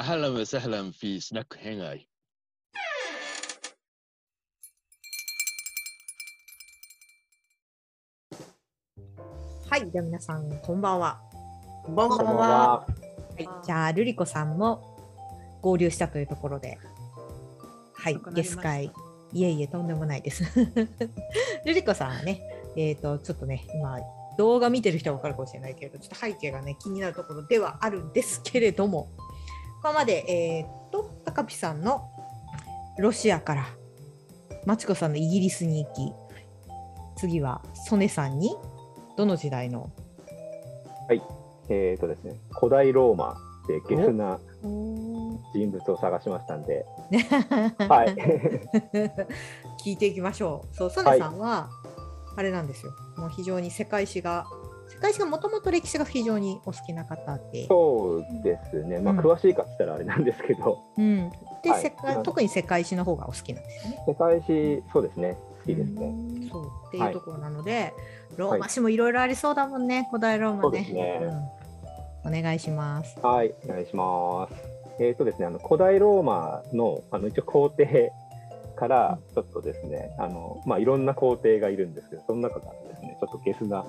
اهلا وسهلا في سناك هيناي はい、じゃあ皆さんこんばんは。こんばんこんばんは。は。はい、じゃあルリコさんも合流したというところで、はい遅く、なゲりましスた会、いえいえとんでもないです。 ルリコさんはね、えっ、とちょっとね今動画見てる人はわかるかもしれないけれど、ちょっと背景がね気になるところではあるんですけれども、今までえっ、と高ピさんのロシアから、マチコさんのイギリスに行き、次はソネさんにどの時代のえっ、とですね、古代ローマでゲスな人物を探しましたんで、はい。 聞いていきましょう。そう、ソネさんは、あれなんですよ。もう非常に世界史が、世界史がもともと歴史が非常にお好きな方で、そうですね、まあ、うん詳しいかって言ったらあれなんですけど、うん、で、はい世界特に世界史の方がお好きなんですよね。世界史、そうですね、好きですね。そうっていはういところなので、ローマ史もいろいろありそうだもんね、古代ローマね。そうですねうんお願いします。はい、お願いします。えっ、とですね、あの古代ローマのあの一応皇帝からちょっとですね、あのまあいろんな皇帝がいるんですけど、その中からですね、ちょっとゲスな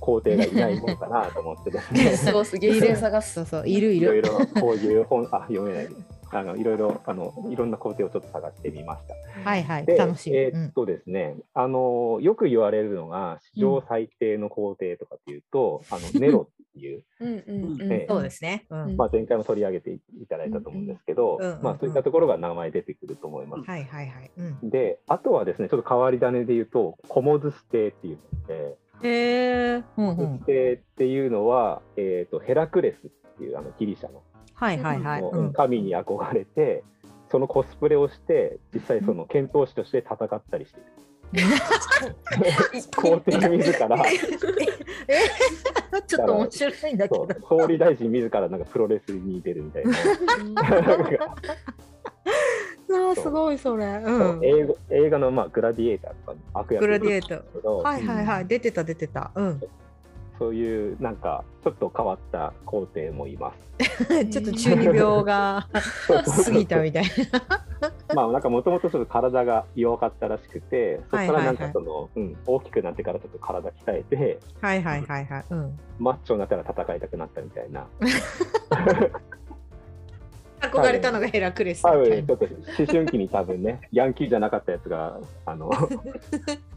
皇帝がいないものかなと思ってです ね。すごすげえ。霊探す。そうそう、いるいいろいる。ろこういう本あ読めないあのいろいろあのいろんな工程をちょっと探してみました。はいはい、で楽しい。えうーっんとですね、あのよく言われるのが史上最低の工程とかっていうと、あ のネロっていう、うんうんうん。ええそうですね。うんうんまあ前回も取り上げていただいたと思うんですけどうんうんうん、まあそういったところが名前出てくると思います。はいはいはい。うん、で、あとはですね、ちょっと変わり種で言うと、コモズステっていうので、へえ。うんうコモズんス。テっていうのは、えー、とヘラクレスっていうあのギリシャのはいはいはい。もううん神に憧れて、そのコスプレをして実際その遣唐使として戦ったりして る皇帝自らえちょっと面白いんだけそど。う総理大臣自らなんかプロレスに出るみたいなああ、すごいそれ。うん。映画映画のまあグラディエーターとかの悪役グラディエーターなんですけどはいはいはい、出てた出てた。うん。そういうなんかちょっと変わった皇帝もいますちょっと中二病 が過ぎたみたい まあなんかもともとちょっと体が弱かったらしくてそこからなんはかいはいはいその、うん、大きくなってからちょっと体鍛えてな。はいはいはいはい。うん。マッチョになったら戦いたくなったみたいな憧れたのがヘラクレスみ多たいな分ちょっと思春期に多分ね、 ヤンキーじゃなかったやつが、あの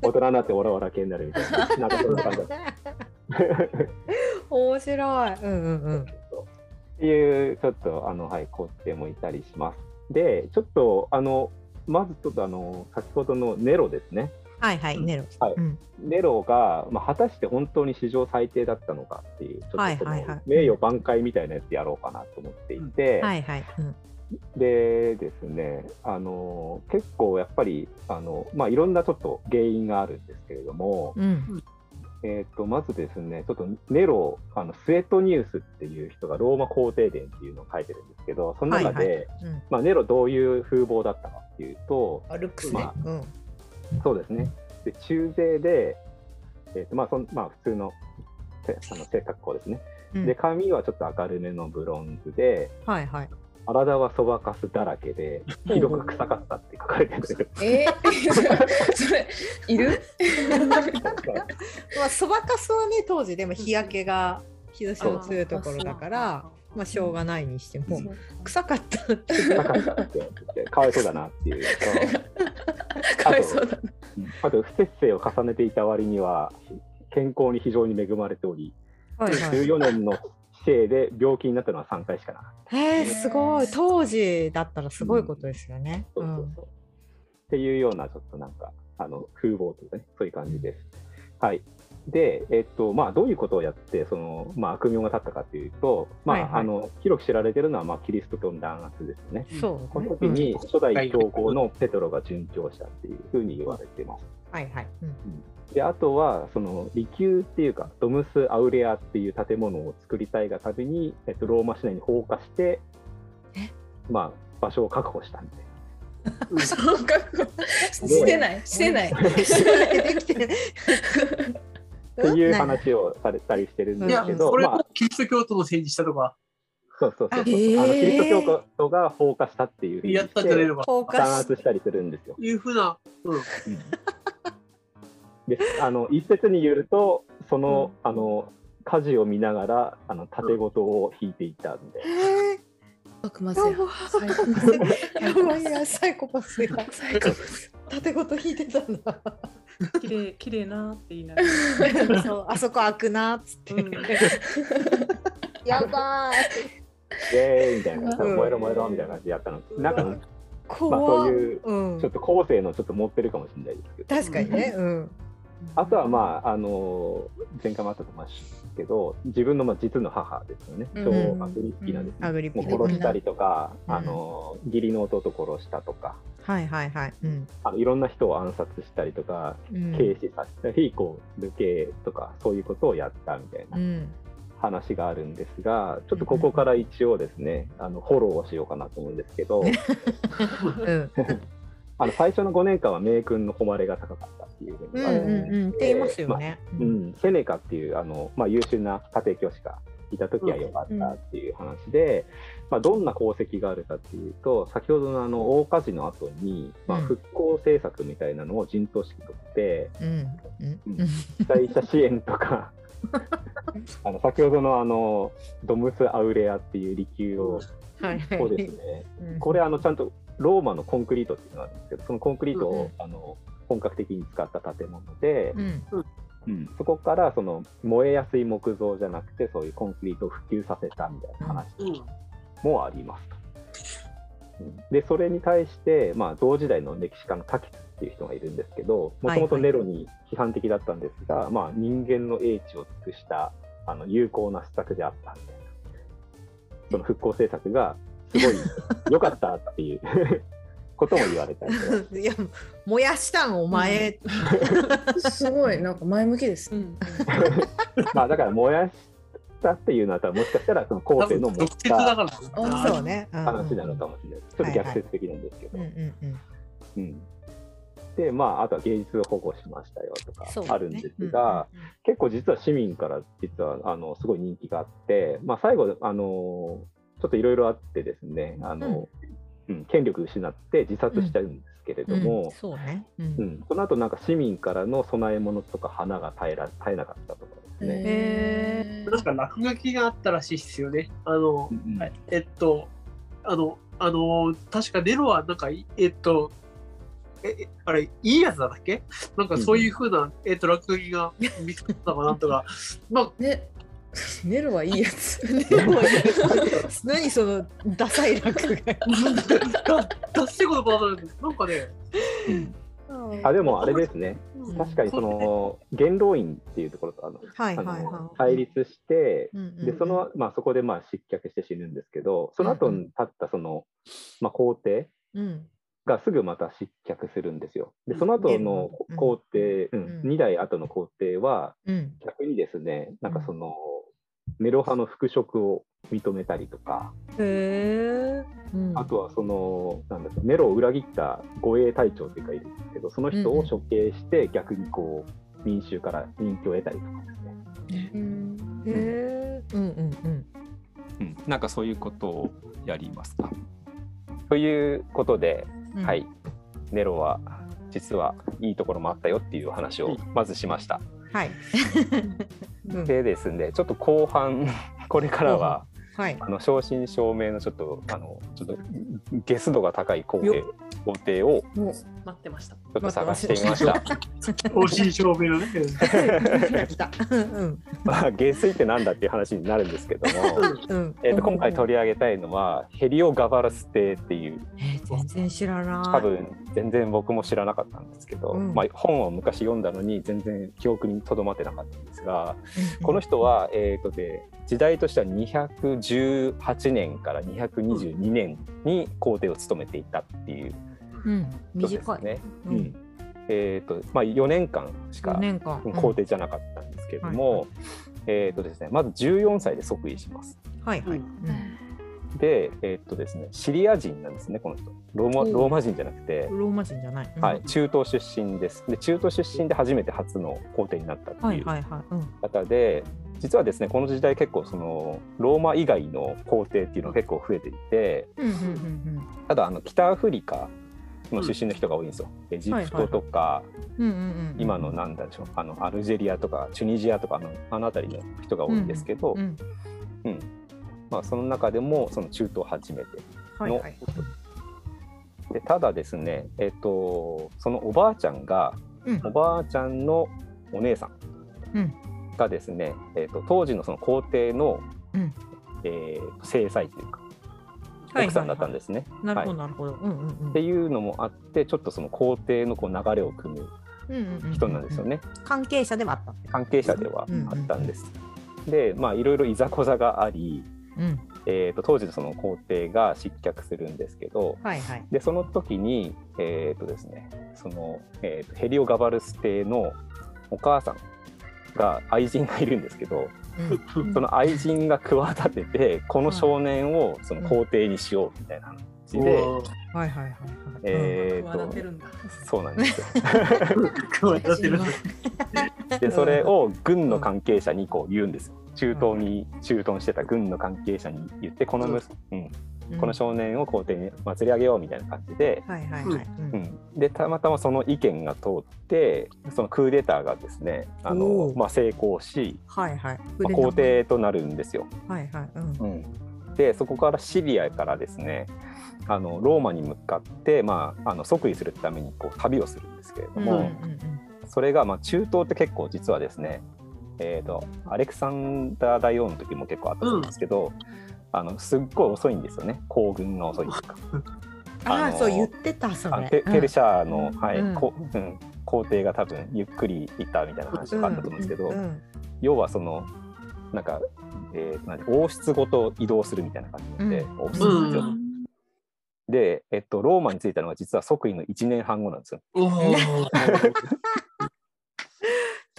大人になってオラオラ系になるみたいな、なんかそんな感じだった面白い。うんうんうん。っていう、ちょっと、あのはい、工程もいたりします。で、ちょっと、あのまずちょっとあの、先ほどのネロですね、はいはい、ネロ。はいうんネロが、まあ、果たして本当に史上最低だったのかっていう、ちょっとその、はいはいはい名誉挽回みたいなやつやろうかなと思っていて。はいはい。うんでですね、あの結構やっぱりあの、まあ、いろんなちょっと原因があるんですけれども、うん。えー、とまずですね、ちょっとネロ、あのスエトニウスっていう人がローマ皇帝伝っていうのを書いてるんですけど、その中はで、いはうんまあ、ネロ、どういう風貌だったかっていうと、あルックスねま。うん。そうですね、で中世で、えーとまあそんまあ、普通のせあの性格好ですね、うんで、髪はちょっと明るめのブロンズで、はいはい。体はそばかすだらけで、ひどく臭かったって書かれてるんですけど、えーそれいる？まあ、そばかすはね、当時でも日焼けが日差しの強いところだから、まあ、しょうがないにしても、臭かったっていう臭かったって言って、かわいそうだなっていう。そうかわいそうだ。あと不節制を重ねていた割には健康に非常に恵まれており、はいはい、 14年の死刑で病気になったのは3回しかなかっえー、すごい当時だったらすごいことですよね。た、うそうんそうそうっていうようなちょっとなんかあの風貌というかねそういう感じです。はいでえっとまあ、どういうことをやってその、まあ、悪名が立ったかというと、まあはいはいあの広く知られているのは、まあ、キリスト教の弾圧ですよね。そうこねの時に初代教皇のペトロが殉教したっていうふうに言われています。はいはい。 うんであとはその利休っていうかドムス・アウレアっていう建物を作りたいがために、えっと、ローマ市内に放火してえまあ、場所を確保したんでそう覚悟してないしてない。できてる。っていう話をされたりしてるんうんですけいやど、これまあも、キリスト教徒の政治したとか、そうそうそうそう、ああのキリスへート教徒が放火したっていうふうにやっしたじゃねえてのか。フォーカ弾ス圧したりするんですよ。いうふうな、うん、であの一説によるとその,、あの火事を見ながらあの縦ごとを引いていったんで、悪魔やぜばよ。最高ぜよやばいなサイコパスが最高です縦ごと引いてたんだ綺麗綺麗なって言いながら。そうあそこ開くなっつって、うんやばいイエーイみたいな、うん燃えろ燃えろみたいな感じでやったの、なんか、まあ、怖そうっいううんちょっと後世のちょっと持ってるかもしれないですけど、確かにねうんあとは、まあ、あの前回もあったと思いますけど、自分のまあ実の母ですよね、うん超アグリッピナですねアグリもピうナ殺したりとか、うんあの義理の弟殺したとかはいはいはいうん、あのいろんな人を暗殺したりとかうん軽視させたり、こう流刑とかそういうことをやったみたいなうん話があるんですが、ちょっとここから一応ですね、あのフォローをしようかなと思うんですけどうんあの最初の5年間は名君の誉れが高かったっていうふううにん言われてて、うんうんって言いますよね。まあうん、セネカっていうあの、まあ、優秀な家庭教師がいた時は良かったっていう話で、まあ、どんな功績があるかっていうと先ほどのあの大火事の後に、まあ、うん復興政策みたいなのを陣頭指揮とって、うんうんうん被災者支援 とかあの先ほどのあのドムス・アウレアっていう利休を、はいはそうでいす。ねうんこれあのちゃんとローマのコンクリートっていうのがあるんですけどそのコンクリートうんうをんあの本格的に使った建物で、うんうんそこからその燃えやすい木造じゃなくてそういうコンクリートを普及させたみたいな話うん、もありますと。うんでそれに対して、まあ、同時代の歴史家の滝っていう人がいるんですけどもともとネロに批判的だったんですが、まあ、人間の英知を尽くしたあの有効な施策であったみたいなその復興政策がす ごい良かったっていうことも言われたりと かいや燃やしたんお前、すごい、なんか前向きです。うんまあだから燃やしたっていうのは多分もしかしたらその後多世分の直持っ接だたから。あそうね、うんうん話なのかもしれない、ちょっと逆説的なんですけど、うんうんうんうんでまああとは芸術を保護しましたよとかそうねあるんですが、結構実は市民から実はあのすごい人気があって、まあ、最後あのちょっといろいろあってですねあの、うん権力失って自殺しちゃうんですけれども、うんそうね、ううんん、その後なんか市民からの供え物とか花が絶えら絶えなかったとかですね。へなんか落書きがあったらしいっすよね。あの、うんはいえっと、あの、あの、確かネロはなんか、いえっと、え、えあれ、いいやつなんだっけなんかそういうふうな、えっと、落書きが見つかったかなんとか、 まーあ、ね、ネロはいいやつ。何そのダサい落書き出してことかわかんないけどなんかね、 あでもあれですね、うん確かにその元老院っていうところとあの、はいはいあのはい対立して、うんうんうんでその、まあ、そこでまあ失脚して死ぬんですけどその後に立ったその、まあ、皇帝うんがすぐまた失脚するんですよ。でうんその後のうん皇帝、うんうん2代後の皇帝はうん逆にですねなんかそのネロ派の復職を認めたりとかへえ、うん、あとはそのなんだろうネロを裏切った護衛隊長というかいるんですけどその人を処刑して逆にこう民衆から人気を得たりとかですね。うんへえうんうんうんうん、なんかそういうことをやりますか。ということで、うんはい、ネロは実はいいところもあったよっていうお話をまずしました。 はい、うん、でですね、ちょっと後半 これからは はいあの正真正銘のちょっとあのちょっとゲス度が高い皇帝皇帝をもう待ってました。ちょっと探してみました。惜しい証明のね。来た来たうんまあ 下水ってなんだっていう話になるんですけども。うんえっと今回取り上げたいのはヘリオ・ガバルス帝っていうえー全然知らない多分全然僕も知らなかったんですけど、うんまあ、本を昔読んだのに全然記憶にとどまってなかったんですがうんこの人は、えー、とで時代としては218年から222年に皇帝を務めていたっていううん人です短いね。ううんんえーとまあ、4年間4しか年間皇帝じゃなかったんですけれども、えーとですね、まず14歳で即位します。うんはいはい、で、えーとですね、シリア人なんですねこの人ローマうんローマ人じゃなくてう。んローマ人じゃない、うんはい、中東出身です。で中東出身で初めて初の皇帝になったってはいいうはいはい、うん方で、実はですねこの時代結構そのローマ以外の皇帝っていうのが結構増えていてうんうんうんただあの北アフリカの出身の人が多いんですよ。エジプトとか、うんうんうんうん今のなんだでしょうあのアルジェリアとかチュニジアとかあのあの辺りの人が多いんですけど、うんまあ、その中でもその中東を初めてはいのはいでただですね、えっと、そのおばあちゃんがうんおばあちゃんのお姉さうんんがですね、えっと、当時のその皇帝の、うんえー正妻というかはい奥さんだったんですね。なるほどなるほどうんうんうんっていうのもあってちょっとその皇帝のこう流れを組むうんうん人なんですよね、関係者ではあった関係者ではあったんです。でまあいろいろいざこざがあり、うんえー、と当時のその皇帝が失脚するんですけど、はいはいでその時にえっ、とですねその、えーとヘリオ・ガバルス帝のお母さんが愛人がいるんですけどうんその愛人が企ててこの少年をその皇帝にしようみたいな話で、お ーはいはいはいはいえー笑ってるとんだ。そうなんですよ加わっちゃってるでそれを軍の関係者にこう言うんですよ中東に駐屯してた軍の関係者に言ってこのむ、うん、うんこの少年を皇帝に祭り上げようみたいな感じで。はいはいはいうんうん、でたまたまその意見が通ってそのクーデターがですねあのお、ーまあ、成功し、はいはいまあ、皇帝となるんですよ。はいはいうんでそこからシリアからですねあのローマに向かって、まあ、あの即位するためにこう旅をするんですけれどうんも、うんうんそれが、まあ、中東って結構実はですね、えー、とアレクサンダー大王の時も結構あったんですけど、あのすっごい遅いんですよね行軍が遅いというか。あああのそう言ってたそあれのペペルシャーの、はいうんこうん、皇帝が多分ゆっくり行ったみたいな話があったと思うんですけど、うんうん要はそのなんか、えー、なんで王室ごと移動するみたいな感じで、うん王室うのん一応 で、えっと、ローマに着いたのが実は即位の1年半後なんですよ。おー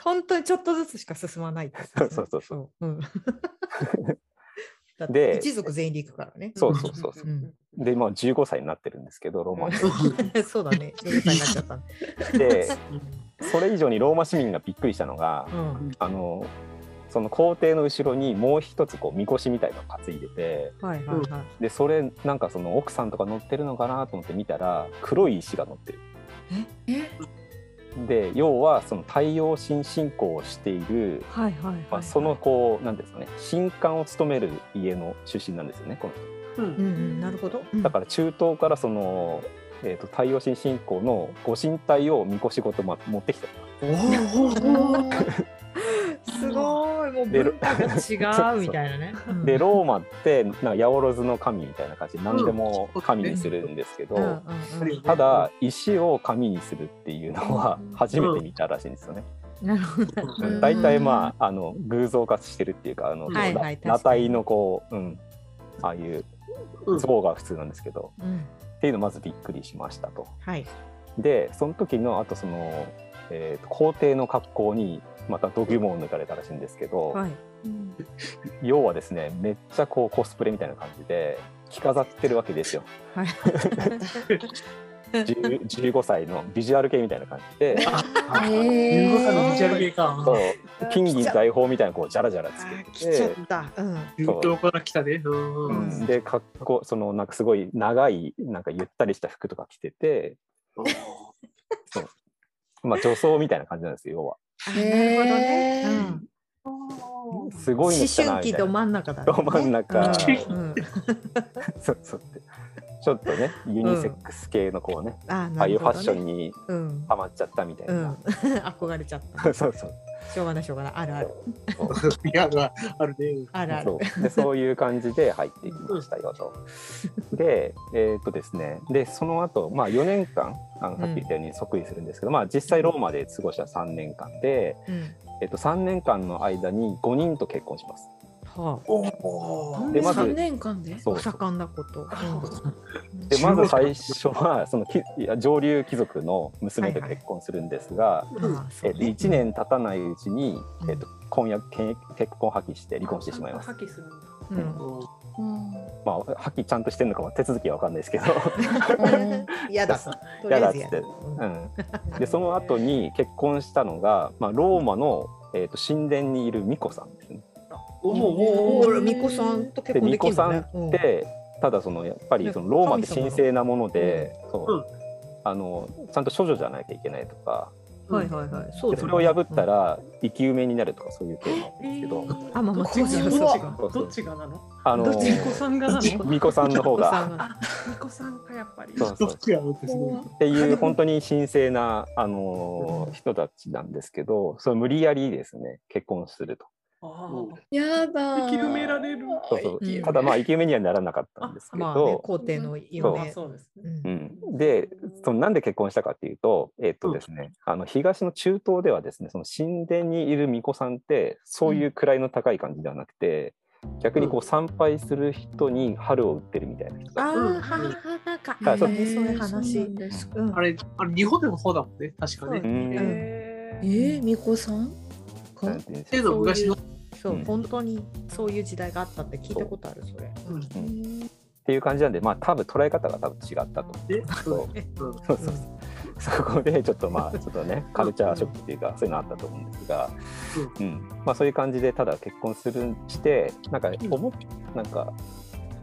本当にちょっとずつしか進まないですね、。そうそうそう うん、だってで一族全員で行くからね。そうそうそうそううんで、まあ、15歳になってるんですけどローマ に。そうだね。15歳になっちゃった。でそれ以上にローマ市民がびっくりしたのがうん、あのその皇帝の後ろにもう一つこうみこしみたいなのを担いでて。はいはいはい。でそれなんかその奥さんとか乗ってるのかなと思って見たら黒い石が乗ってる。えで要はその太陽神信仰をしている、はいはいはい。まあ、そのこうなんですかね神官を務める家の出身なんですよねこの人うんうん、なるほど。うんだから中東からその、えー、と太陽神信仰のご神体をみこしごと、ま、持ってきておーすごい、もうで文化が違うみたいなね。うんでローマってなんか八百万の神みたいな感じで何でも神にするんですけど、うんうんうんただ石を神にするっていうのは初めて見たらしいんですよね。なるほど。うん大体まああの偶像化してるっていうかあの、はいはいこ確う裸かに体のこう、うん、ああいううん像が普通なんですけど、うん、っていうのまずびっくりしましたと。はい。でその時のあとその、えーと皇帝の格好にまた度肝を抜かれたらしいんですけど、はい。要はですねめっちゃこうコスプレみたいな感じで着飾ってるわけですよはい。 10 15歳のビジュアル系みたいな感じで15歳のビジュアルえ系かそう金銀財宝みたいなこうジャラジャラつあーけ来ちゃてっ。た。うん。中東から来たねうんうんで格好そのなんかすごい長いなんかゆったりした服とか着てて、まあ、女装みたいな感じなんですよ要は。あなるほどね。へーうんすご思いの来たな春み期たいどな。真ん中だ、ね。ど真ん中うんうんそうそうってちょっとねユニセックス系のこうね、ああなあいるうフほァッどショね。ンにうん。ハマっちゃったみたいうん、な。 憧れちゃった。 そうそうしょうがないしょうがない。あるある。いやまああるねあるある。そうでそういう感じで入ってきましたよと。 でえーっとですねでその後、まあ4年間あのさっき言ったように即位するんですけど、まあ、実際ローマで過ごした3年間で、うん。えっと、3年間の間に5人と結婚します。はおおーでまず三年間でそあ。うお盛んなこと。でまず最初はそのきいや上流貴族の娘と結婚するんですが、うん、ああ、そえうっと、ね。 1年経たないうちに、うんえっと、婚約けん結婚破棄して離婚してしまいます。破棄するんだ。うん。 うんまあ、破棄ちゃんとしてるのかは手続きは分かんないで すけど、やだ。とりあえずやるやだうんうん、でその後に結婚したのが、まあ、ローマの、えっと、神殿にいる巫女さんですね。おおおおほら巫女さんと結で婚でき巫女るさのんねっ、て、ただそのやっぱりそのローマって神聖なもので、そう、うんあのちゃんと処女じゃなきゃいけないとか、うんはいはいはいそうだでそよねれを破ったら生き埋めになるとかそういうテーマなんですけど、うんあまあまあどっちがそうどっちそうそがうそうどっちがなのあのどっち巫女さんがなの巫巫女さんの方が女さんかやっぱりそうどっちやろうってすごい。っていう本当に神聖なあの人たちなんですけど、それ無理やりですね結婚すると。あやだあー。生き埋められるそうそううんただまあ生き埋めにはならなかったんですけど、まあね皇帝のま嫁あそうですねうんうん、でそのなんで結婚したかっていうと,、えっとですねあの東の中東ではですねその神殿にいる巫女さんってそういう位の高い感じではなくて、逆にこう参拝する人に春を売ってるみたいな人あが、ーうはんははかはいそうねそういう話なんですかうんあれ、あれ日本でもそうだもんね、確かね。うっんなんへえーー、みこさんてかいうんですていかうのは昔の。そう、うん本当にそういう時代があったって聞いたことあるそれうんっていう感じなんでまあ多分捉え方が多分違ったと。で、そううんうんそうそうそこでちょっとまあちょっとねカルチャーショックっていうかそういうのあったと思うんですが、うんまあ、そういう感じでただ結婚するしてなんか思っなんか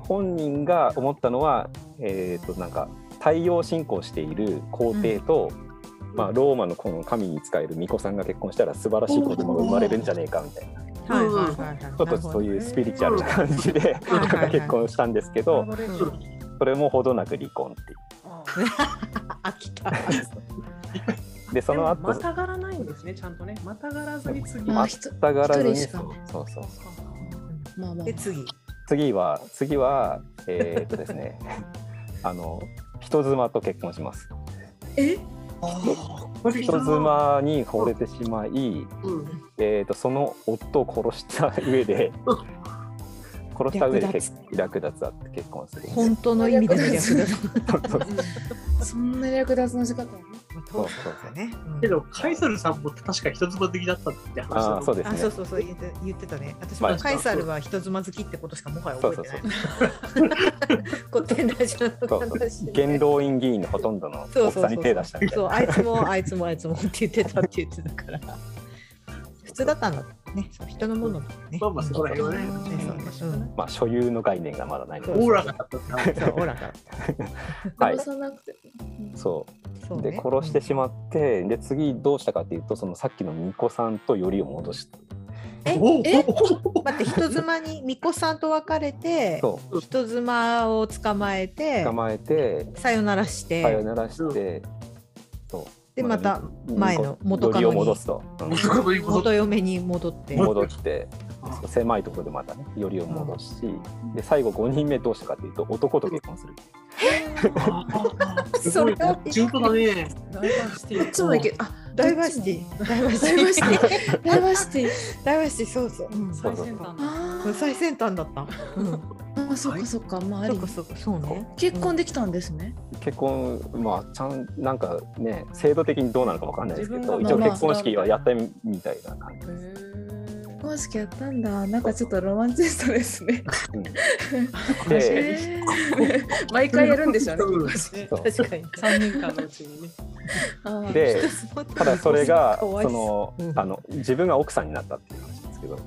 本人が思ったのは、えー、となんか太陽信仰している皇帝と、まあ、ローマのこの神に仕える巫女さんが結婚したら素晴らしい子供が生まれるんじゃねえかみたいなちはいはいはいはいちょっとそういうスピリチュアルな感じでうんなんか結婚したんですけどそれもほどなく離婚っていああ飽きたう。でそので後もまたがらないんですねちゃんとねまたがらずに次まああひとたがらずに一人しそかうそうそうまあまあで次次は次はえーっとですね あの人妻と結婚しますえ人妻に惚れてしまい、うんえーっとその夫を殺した上 で殺した上で結略奪あって結婚する本当の意味での略だそうそうそんな略奪の仕方なのそうねけど、カイサルさんも確か人妻的だったって話あだあそううですあねそうそうそう言って言ってたね私まもあカイサルは人妻好きってことしかもはやそう覚えそうてそなうい 古典ラジオの話で元老院議員のほとんどのそうそう奥そうさんに手出したみたいそうなあいつもあいつもあいつもって言ってたって言ってたから普通だったんだねそう人のものだねまあまあそこら辺はねそうねそうねまあ所有の概念がまだないのオでーラがだったって話うんそうほらからはい殺さなくてそうそうねで殺してしまって、で次どうしたかっていうとそのさっきの巫女さんとよりを戻したえおおえ待って人妻に巫女さんと別れてそ人妻を捕まえうて捕まえてさよならしさよてならして、そうでまたみ前の元カノによりを戻すと、うん男の妹元嫁に戻って戻ってあそう狭いところでまたねよりを戻し、で最後5人目どうしたかっていうと男と結婚するすごいそれは中途だねダイバーシティどっちもいけるあダイバーシティダイバーシダイバーシテティィ ダイバーシティダイバーシティそうそう、うんそ最うそう先端だあこれ最先端だった、うん、ーあそっかそっかまああそりうかそうかそうね結婚できたんですね結婚まあちゃんなんかね制度的にどうなのかわかんないですけど自一応分が結婚式はやったみたいな感じへです、結ー婚式やったんだなんかちょっとロマンチストですねでえー 毎回やるんでしょうねうん結婚式そう確かに三年間のうちにねあーでただそ れがかわいそそうのうんあの自分が奥さんになったっていう話なんですけど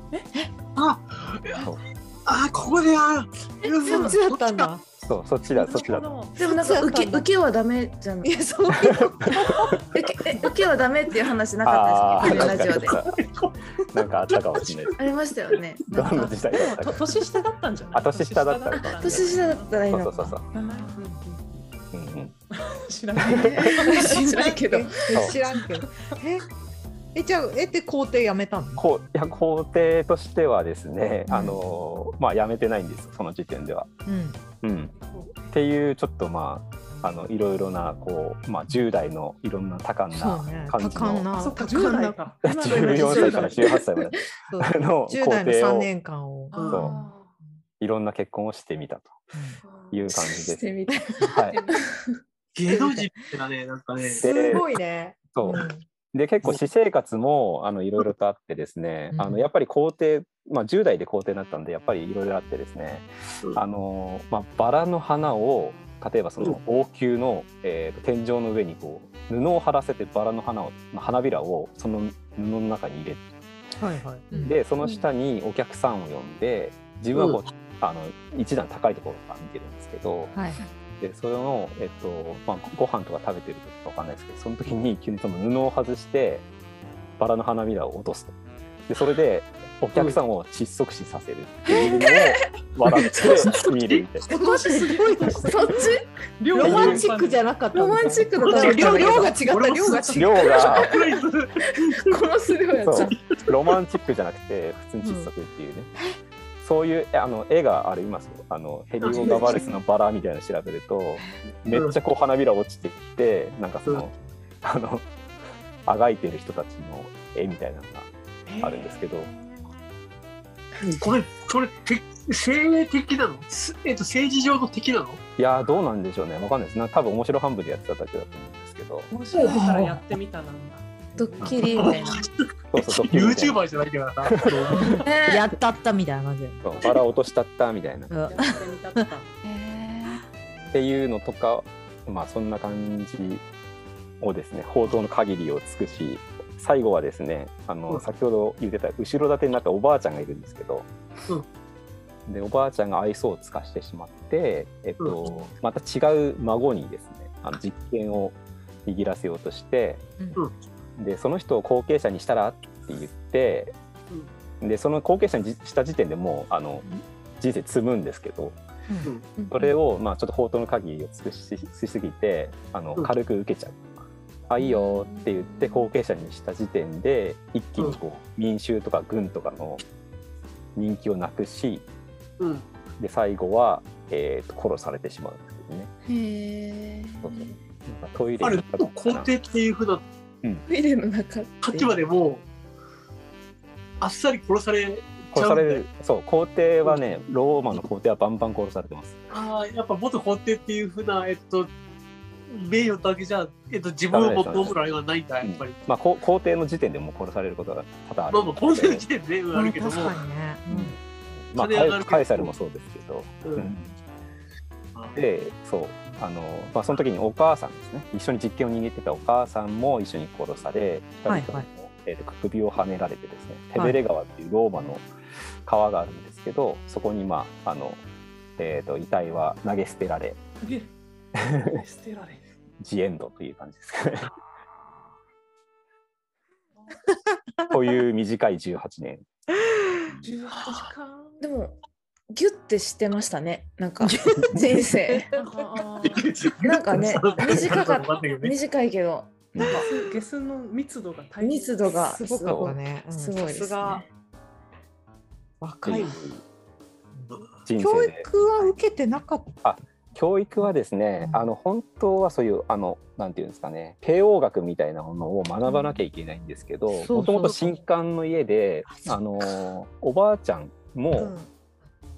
あーここであそっちだったんだそうそっちだそっちだなるほどでもなんか受け受けはダメじゃないいやそういう受けえ受けはダメっていう話なかあっあたーですかなんラかジオであったなんかあったかもしれないありましたよねどんな時代だでっもたとか年下だったんじゃないあ年下だったのか年下だったらいいそうそのうそうそかう、うんうんうんうん、うん知らない知らんけど知らんけどええじゃあえって皇帝辞めたのこういや皇帝としてはですね、あのまあやめてないんですよその時点では、うんうん。っていうちょっとまああのいろいろなこう、まあ、10代のいろんな多感そうねな多感じ感の、なそっか多感10な代か14歳から18歳ま でそうあの皇10代の帝3を年間をあーそういろんな結婚をしてみたという感じしです。てみた はい、芸能人ってだねなんかねすごいねそううんで結構私生活もあのいろいろとあってですね、うんあのやっぱり皇帝、まあ、10代で皇帝になったんでやっぱりいろいろあってですね、うんあのまあ、バラの花を例えばその王宮の、えーと天井の上にこう布を張らせてバラの花をまあ花びらをその布の中に入れはいはい。うんでその下にお客さんを呼んで自分はこう、あの一段高いところから見てるんですけどはい。でそれの、えっとまあ、ご飯とか食べてる時かわかんないですけどその時に急にその布を外してバラの花びらを落とすとでそれでお客さんを窒息死させるっていうのを笑って見るみたいな。そこすごいな。そっちロマンチックじゃなかった。ロマンチックのロマンチッ量ク量が違った量俺もが違っ量がクイズた殺す量が違 そっうロマンチックじゃなくて普通に窒息っていうね、そういうえあの絵があれ今そうあのヘリオガバレスのバラみたいなの調べるとめっちゃこう花びら落ちてきてなんかその、うんあのあがいてる人たちの絵みたいなのがあるんですけど、これこれて政治的なの、すえっと、政治上の敵なのいやーどうなんでしょうねわかんないですな多分面白半分でやってただけだと思うんですけど面白いからやってみたなんだ。ドッキリみたいな。そうそうドッキリみたいな YouTuber じゃないからなやったったみたいな感じで。そうバラ落としちゃったみたいなっうんやってみたと か。ていうのとかまあそんな感じをですね報道の限りを尽くし最後はですねあの、うん先ほど言ってた後ろ盾になったおばあちゃんがいるんですけど、でおばあちゃんが愛想を尽かしてしまって、えっとまた違う孫にですねあの実験を握らせようとして、でその人を後継者にしたらって言って、でその後継者にじした時点でもうあの人生積むんですけど、それを、まあ、ちょっと放蕩の限りを尽くししすぎてあのうん軽く受けちゃう、あいいよって言って後継者にした時点で一気にこう民衆とか軍とかの人気をなくしうんで最後は、えーと殺されてしまうんですけどねへえ。そうそうなんかトイレあれにも行ったうのか皇な帝っていうふうなトイレの中。立場でもあっさり殺されち殺ゃうさんだれよるそう皇帝はねローマの皇帝はバンバン殺されてますああやっぱ元皇帝っていうふうなえっと名誉だけじゃ、えっと、自分をも守るあれはないんだやっぱり、まあ、こう皇帝の時点でもう殺されることが多々あるまあまあ皇帝の時点でね、うんあるけども、確かにね。まあ、金上がるけどカエサルもそうですけど、うんでそうあの、まあ、その時にお母さんですね一緒に実験を握ってたお母さんも一緒に殺されはい二人ともえーと首をはねられてですねテベレ川っていうローマの川があるんですけど、そこに、まああのえー、と遺体は投げ捨てられえ捨てられる。ジエンドという感じです かね。という短い18年十八時間。でもギュッてしてましたね。なんか人生あなんか ね短かっわんないけどね短いけどーゲスの密度が大変密度がすごかったね。うんすごいでさす、ね。がと若い。いう人教生育では受けてなかった。教育はですね、うんあの本当はそういうあのなんていうんですかね帝王学みたいなものを学ばなきゃいけないんですけどうんそうもともと新刊の家であのおばあちゃんうもん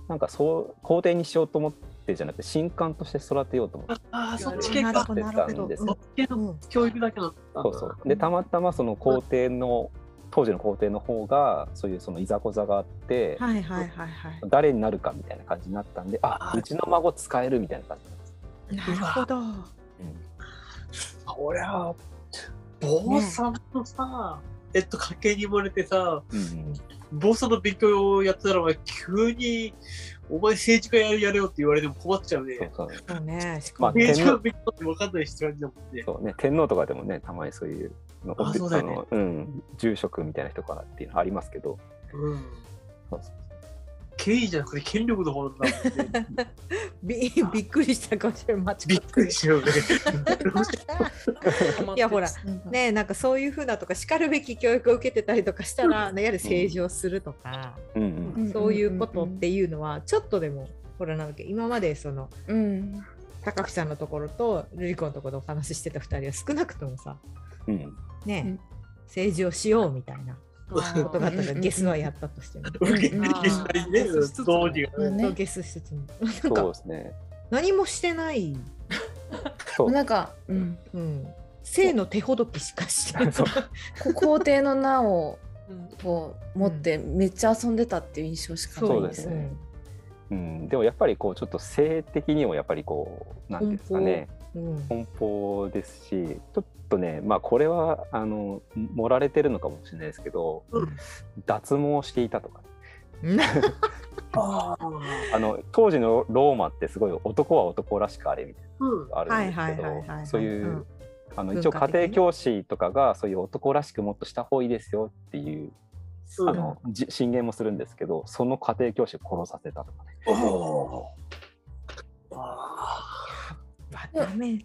なんかそう皇帝にしようと思ってじゃなくて新刊として育てようと思ってああそっち系なるかほど、なるほど。ですそっち系うのんうん教育だけだったんだそうそうでたまたまその皇帝の当時の皇帝の方がそういうそのいざこざがあってはいはいはいはい。誰になるかみたいな感じになったんでああーうちの孫使えるみたいな感じなんでなす。るほど。俺は坊さんのさ、えっと家計に生まれてさうん坊さんの勉強をやってたらお前急にお前政治家やれやれよって言われても困っちゃうねそうそうそうね。しまかあも、政治家の勉強って分かんない人感じだもんねそうね、天皇とかでもね、たまにそういうの、あそうだよねのうん、住職みたいな人からっていうのありますけど、うんそうそう権威じゃなくて権力の方なんだもんねび びっくりしたかもしれない。マチコ びっくりし ちゃうねいやほらねえなんかそういうふうなとかしかるべき教育を受けてたりとかしたら、ね、やはり政治をするとか、うんうん、そういうことっていうのはちょっとでもほらなんだっけ今までそのうん高木さんのところとルリコのところでお話ししてた2人は少なくともさうん、ねえ、うん政治をしようみたいなことがあったじゃうんうんうんんゲスはやったとしても。受け入れないねあー道理がまあねそうゲス一つもそうですね。何もしてない、そうなんか、うん、うん、性の手ほどきしかしてない そうこ 皇帝の名をうんこう持ってめっちゃ遊んでたっていう印象しかないそうでですすね。ねうん、でもやっぱりこうちょっと性的にもやっぱりこうなんていうんですかね、うん奔放ですしちょっとねまあこれはあの盛られてるのかもしれないですけど、うん脱毛していたとか ああ。あの当時のローマってすごい男は男らしくあれみたいうんなのがあるんですけど、はいはいはいはいはいそういう、うんあの文一応化家的に庭教師とかがそういう男らしくもっとした方がいいですよっていう、うんあのじ進言もするんですけどその家庭教師を殺させたとかね。おーあまあダメ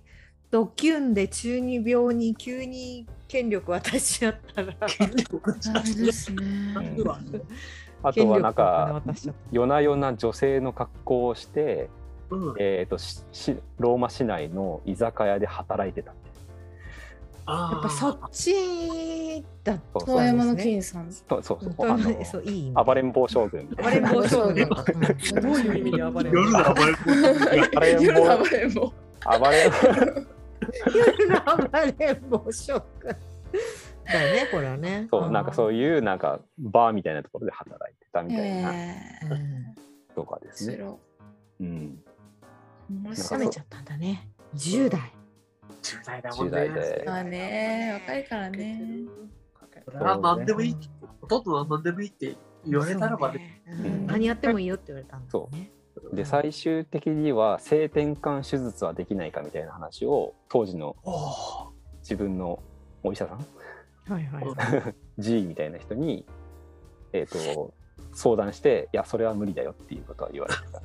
ドキュンで中二病に急に権力渡しちゃった らー権力ダメですね。うわあとはな権力のおんか金渡しちゃっ夜な夜な女性の格好をして、うんえー、とししローマ市内の居酒屋で働いてたたやあーっぱそっちだったそう遠そう山んのですね金さん。そうそうそう本あ当にそのういい意味暴れん坊将軍みた暴いれんな坊 将軍どういう意味で暴れる夜のだ暴れん坊暴れん夜坊は暴れん坊。暴れん夜の暴れん坊将軍だよねこれはねそうなんかそういうなんかバーみたいなところで働いてたみたいなえうえ。んとかですね。白。うん、面そ冷う白めい。ちゃったんだね10代10代だもん10ね代でまあね、若いからね。それは何でもいいってほとんど何でもいいって言われたらばそうねねん何やってもいいよって言われたんだよねで最終的には性転換手術はできないかみたいな話を当時のおお自分のお医者さんはいはい G みたいな人に、えー、と相談して「いやそれは無理だよ」っていうことは言われてた。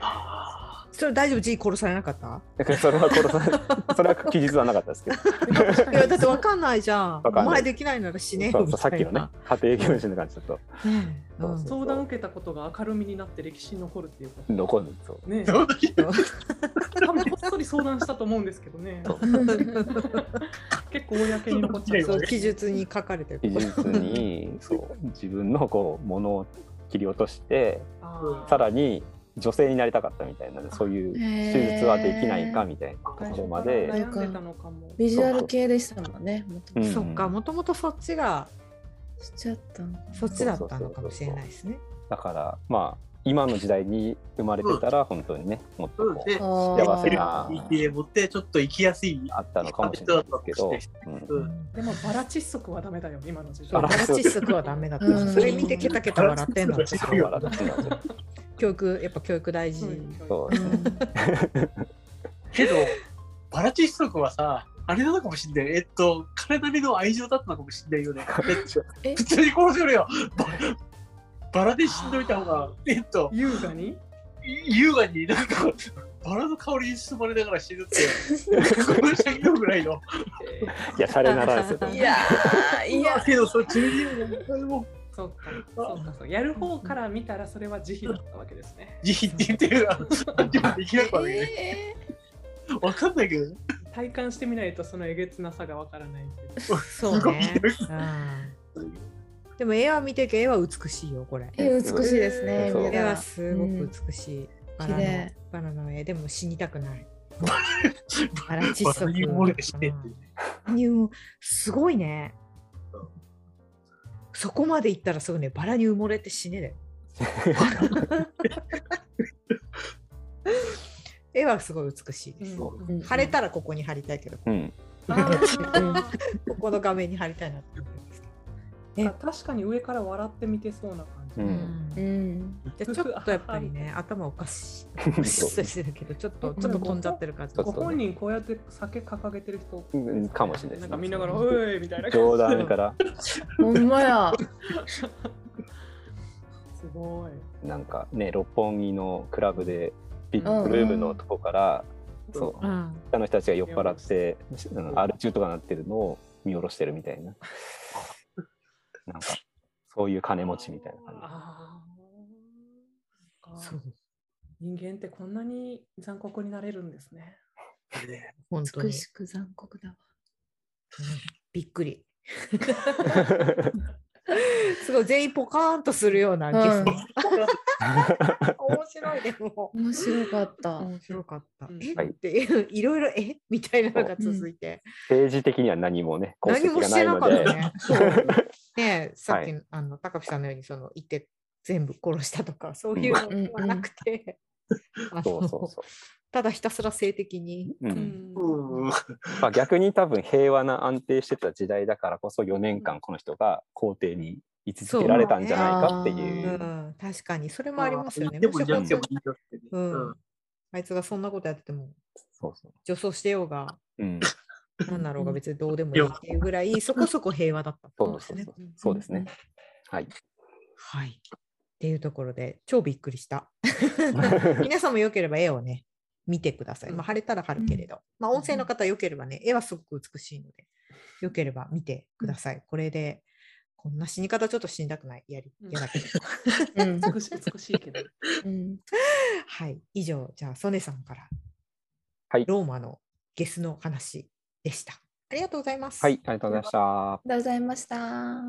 あそれ大丈夫 G 殺されなかっただからそれは殺 さないそれは記述はなかったですけどいやだってわかんないじゃん。かんないお前できないなら死 ねよそうみそうたさいっな。きのね家庭教師の感じだとねえ。そうそう相談を受けたことが明るみになって歴史に残るっていうか残るそうねどうだ多分こっそり相談したと思うんですけどねそう結構公に残っちゃうそう記述に書かれてる。技術 にそう自分のこうものを切り落としてあーさらに女性になりたかったみたいなねそういう手術はできないかみたいなところまで、最初から悩んでたのかもビジュアル系でしたもんね。もとうんもうんそっか、もともとそっちが、としちゃったの。そっちだったのかもしれないですね。だからまあ今の時代に生まれてたら本当にねもっとうんこう、であ幸せーな息で持ってちょっと生きやすいあったのかもしれないですけど、うんうでもバラ窒息はダメだよ今の時あ代らバラ窒息はダメだったう。んそれ見てケタケタ笑ってんのバラ窒私息そう笑ってますよ教育、やっぱ教育大事。そううんけどバラチストクはさあれなのかもしんないえっと彼なりの愛情だったのかもしんない よねえっとえ普通に殺せるよババラで死んどいた方がえっと優雅に優雅になんかバラの香りに包まれながら死 ぬってこの先のぐらいの いやシャレならですよいやー、いいややけどそれ12年それもそうかそうかそうやる方から見たらそれは慈悲だったわけですね慈悲って言ってるあのでもできなくはないねー。わかんないけどね体感してみないとそのえげつなさがわからないっていうそうね。うんでも絵は見てけ、絵は美しいよ、これ。絵美しいですね。そう絵絵ははすごく美しい。バラ綺の麗バラの絵でも死にたく ない。バラ窒息バラに漏れしてっていうにもすごいね。そこまで行ったらすぐね、バラに埋もれて死ね だよ。絵はすごい美しいです。そううん貼れたらここに貼りたいけど、こうん、あーこの画面に貼りたいなって思うんですえ確かに上から笑ってみてそうな感じ、うけど。んうん。じゃあちょっとやっぱりね、頭おかしい。おかしそうしてるけど、ちょっと、ちょっと飛んじゃってる感じ。。ちょっとご本人こうやって酒掲げてる人、うんかもしれないですねなんか見ながら「おい!」みたいな感じ冗談からほんまや。すごいなんかね六本木のクラブでビッグルームのとこから、そううん下の人たちが酔っ払って、うん、アル中とかなってるのを見下ろしてるみたいななんかそういう金持ちみたいな感あーなんかそう。人間ってこんなに残酷になれるんですねね本当美に。しく残酷だわ。びっく り。じすごい、全員ポカーンとするようなゲスト。面白いでも。面白かった。面白かったう。んえはいって、いろいろ、えみたいなのが続いて。政治的には何もね功何績もがしなていなのかったでね。そう。 ねえ、さっきはの、あの、高木さんのように、その、行 って、全部殺したとか、そういうのはなくて。あのそうそうそうただひたすら性的に。ううんんうん。まあ、逆に多分平和な安定してた時代だからこそ4年間この人が皇帝に居続けられたんじゃないかっていうう。ん、確かに、それもあり ますよね。でも、むしじろゃこなっくちてもいいよってね。うん。あいつがそんなことやってても、そうそう女装してようが、うん、なんだろうが別にどうでもいいっていうぐらい、そこそこ平和だったってそことうでそすうねそう。そうですね。はい。はい。っていうところで、超びっくりした。皆さんもよければ絵をね、見てください。まあ、晴れたら晴るけれど、まあ、音声の方よければね、絵はすごく美しいので、よければ見てください。これで、こんな死に方ちょっと死にたくない。やり、やだけど。うん美しい美しいけど。うんはい。以上、じゃあ、ソネさんから、はいローマのゲスの話でした。ありがとうございます。はい、ありがとうございました。ありがとうございました。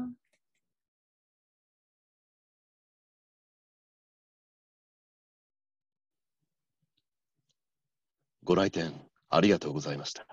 ご来店ありがとうございました。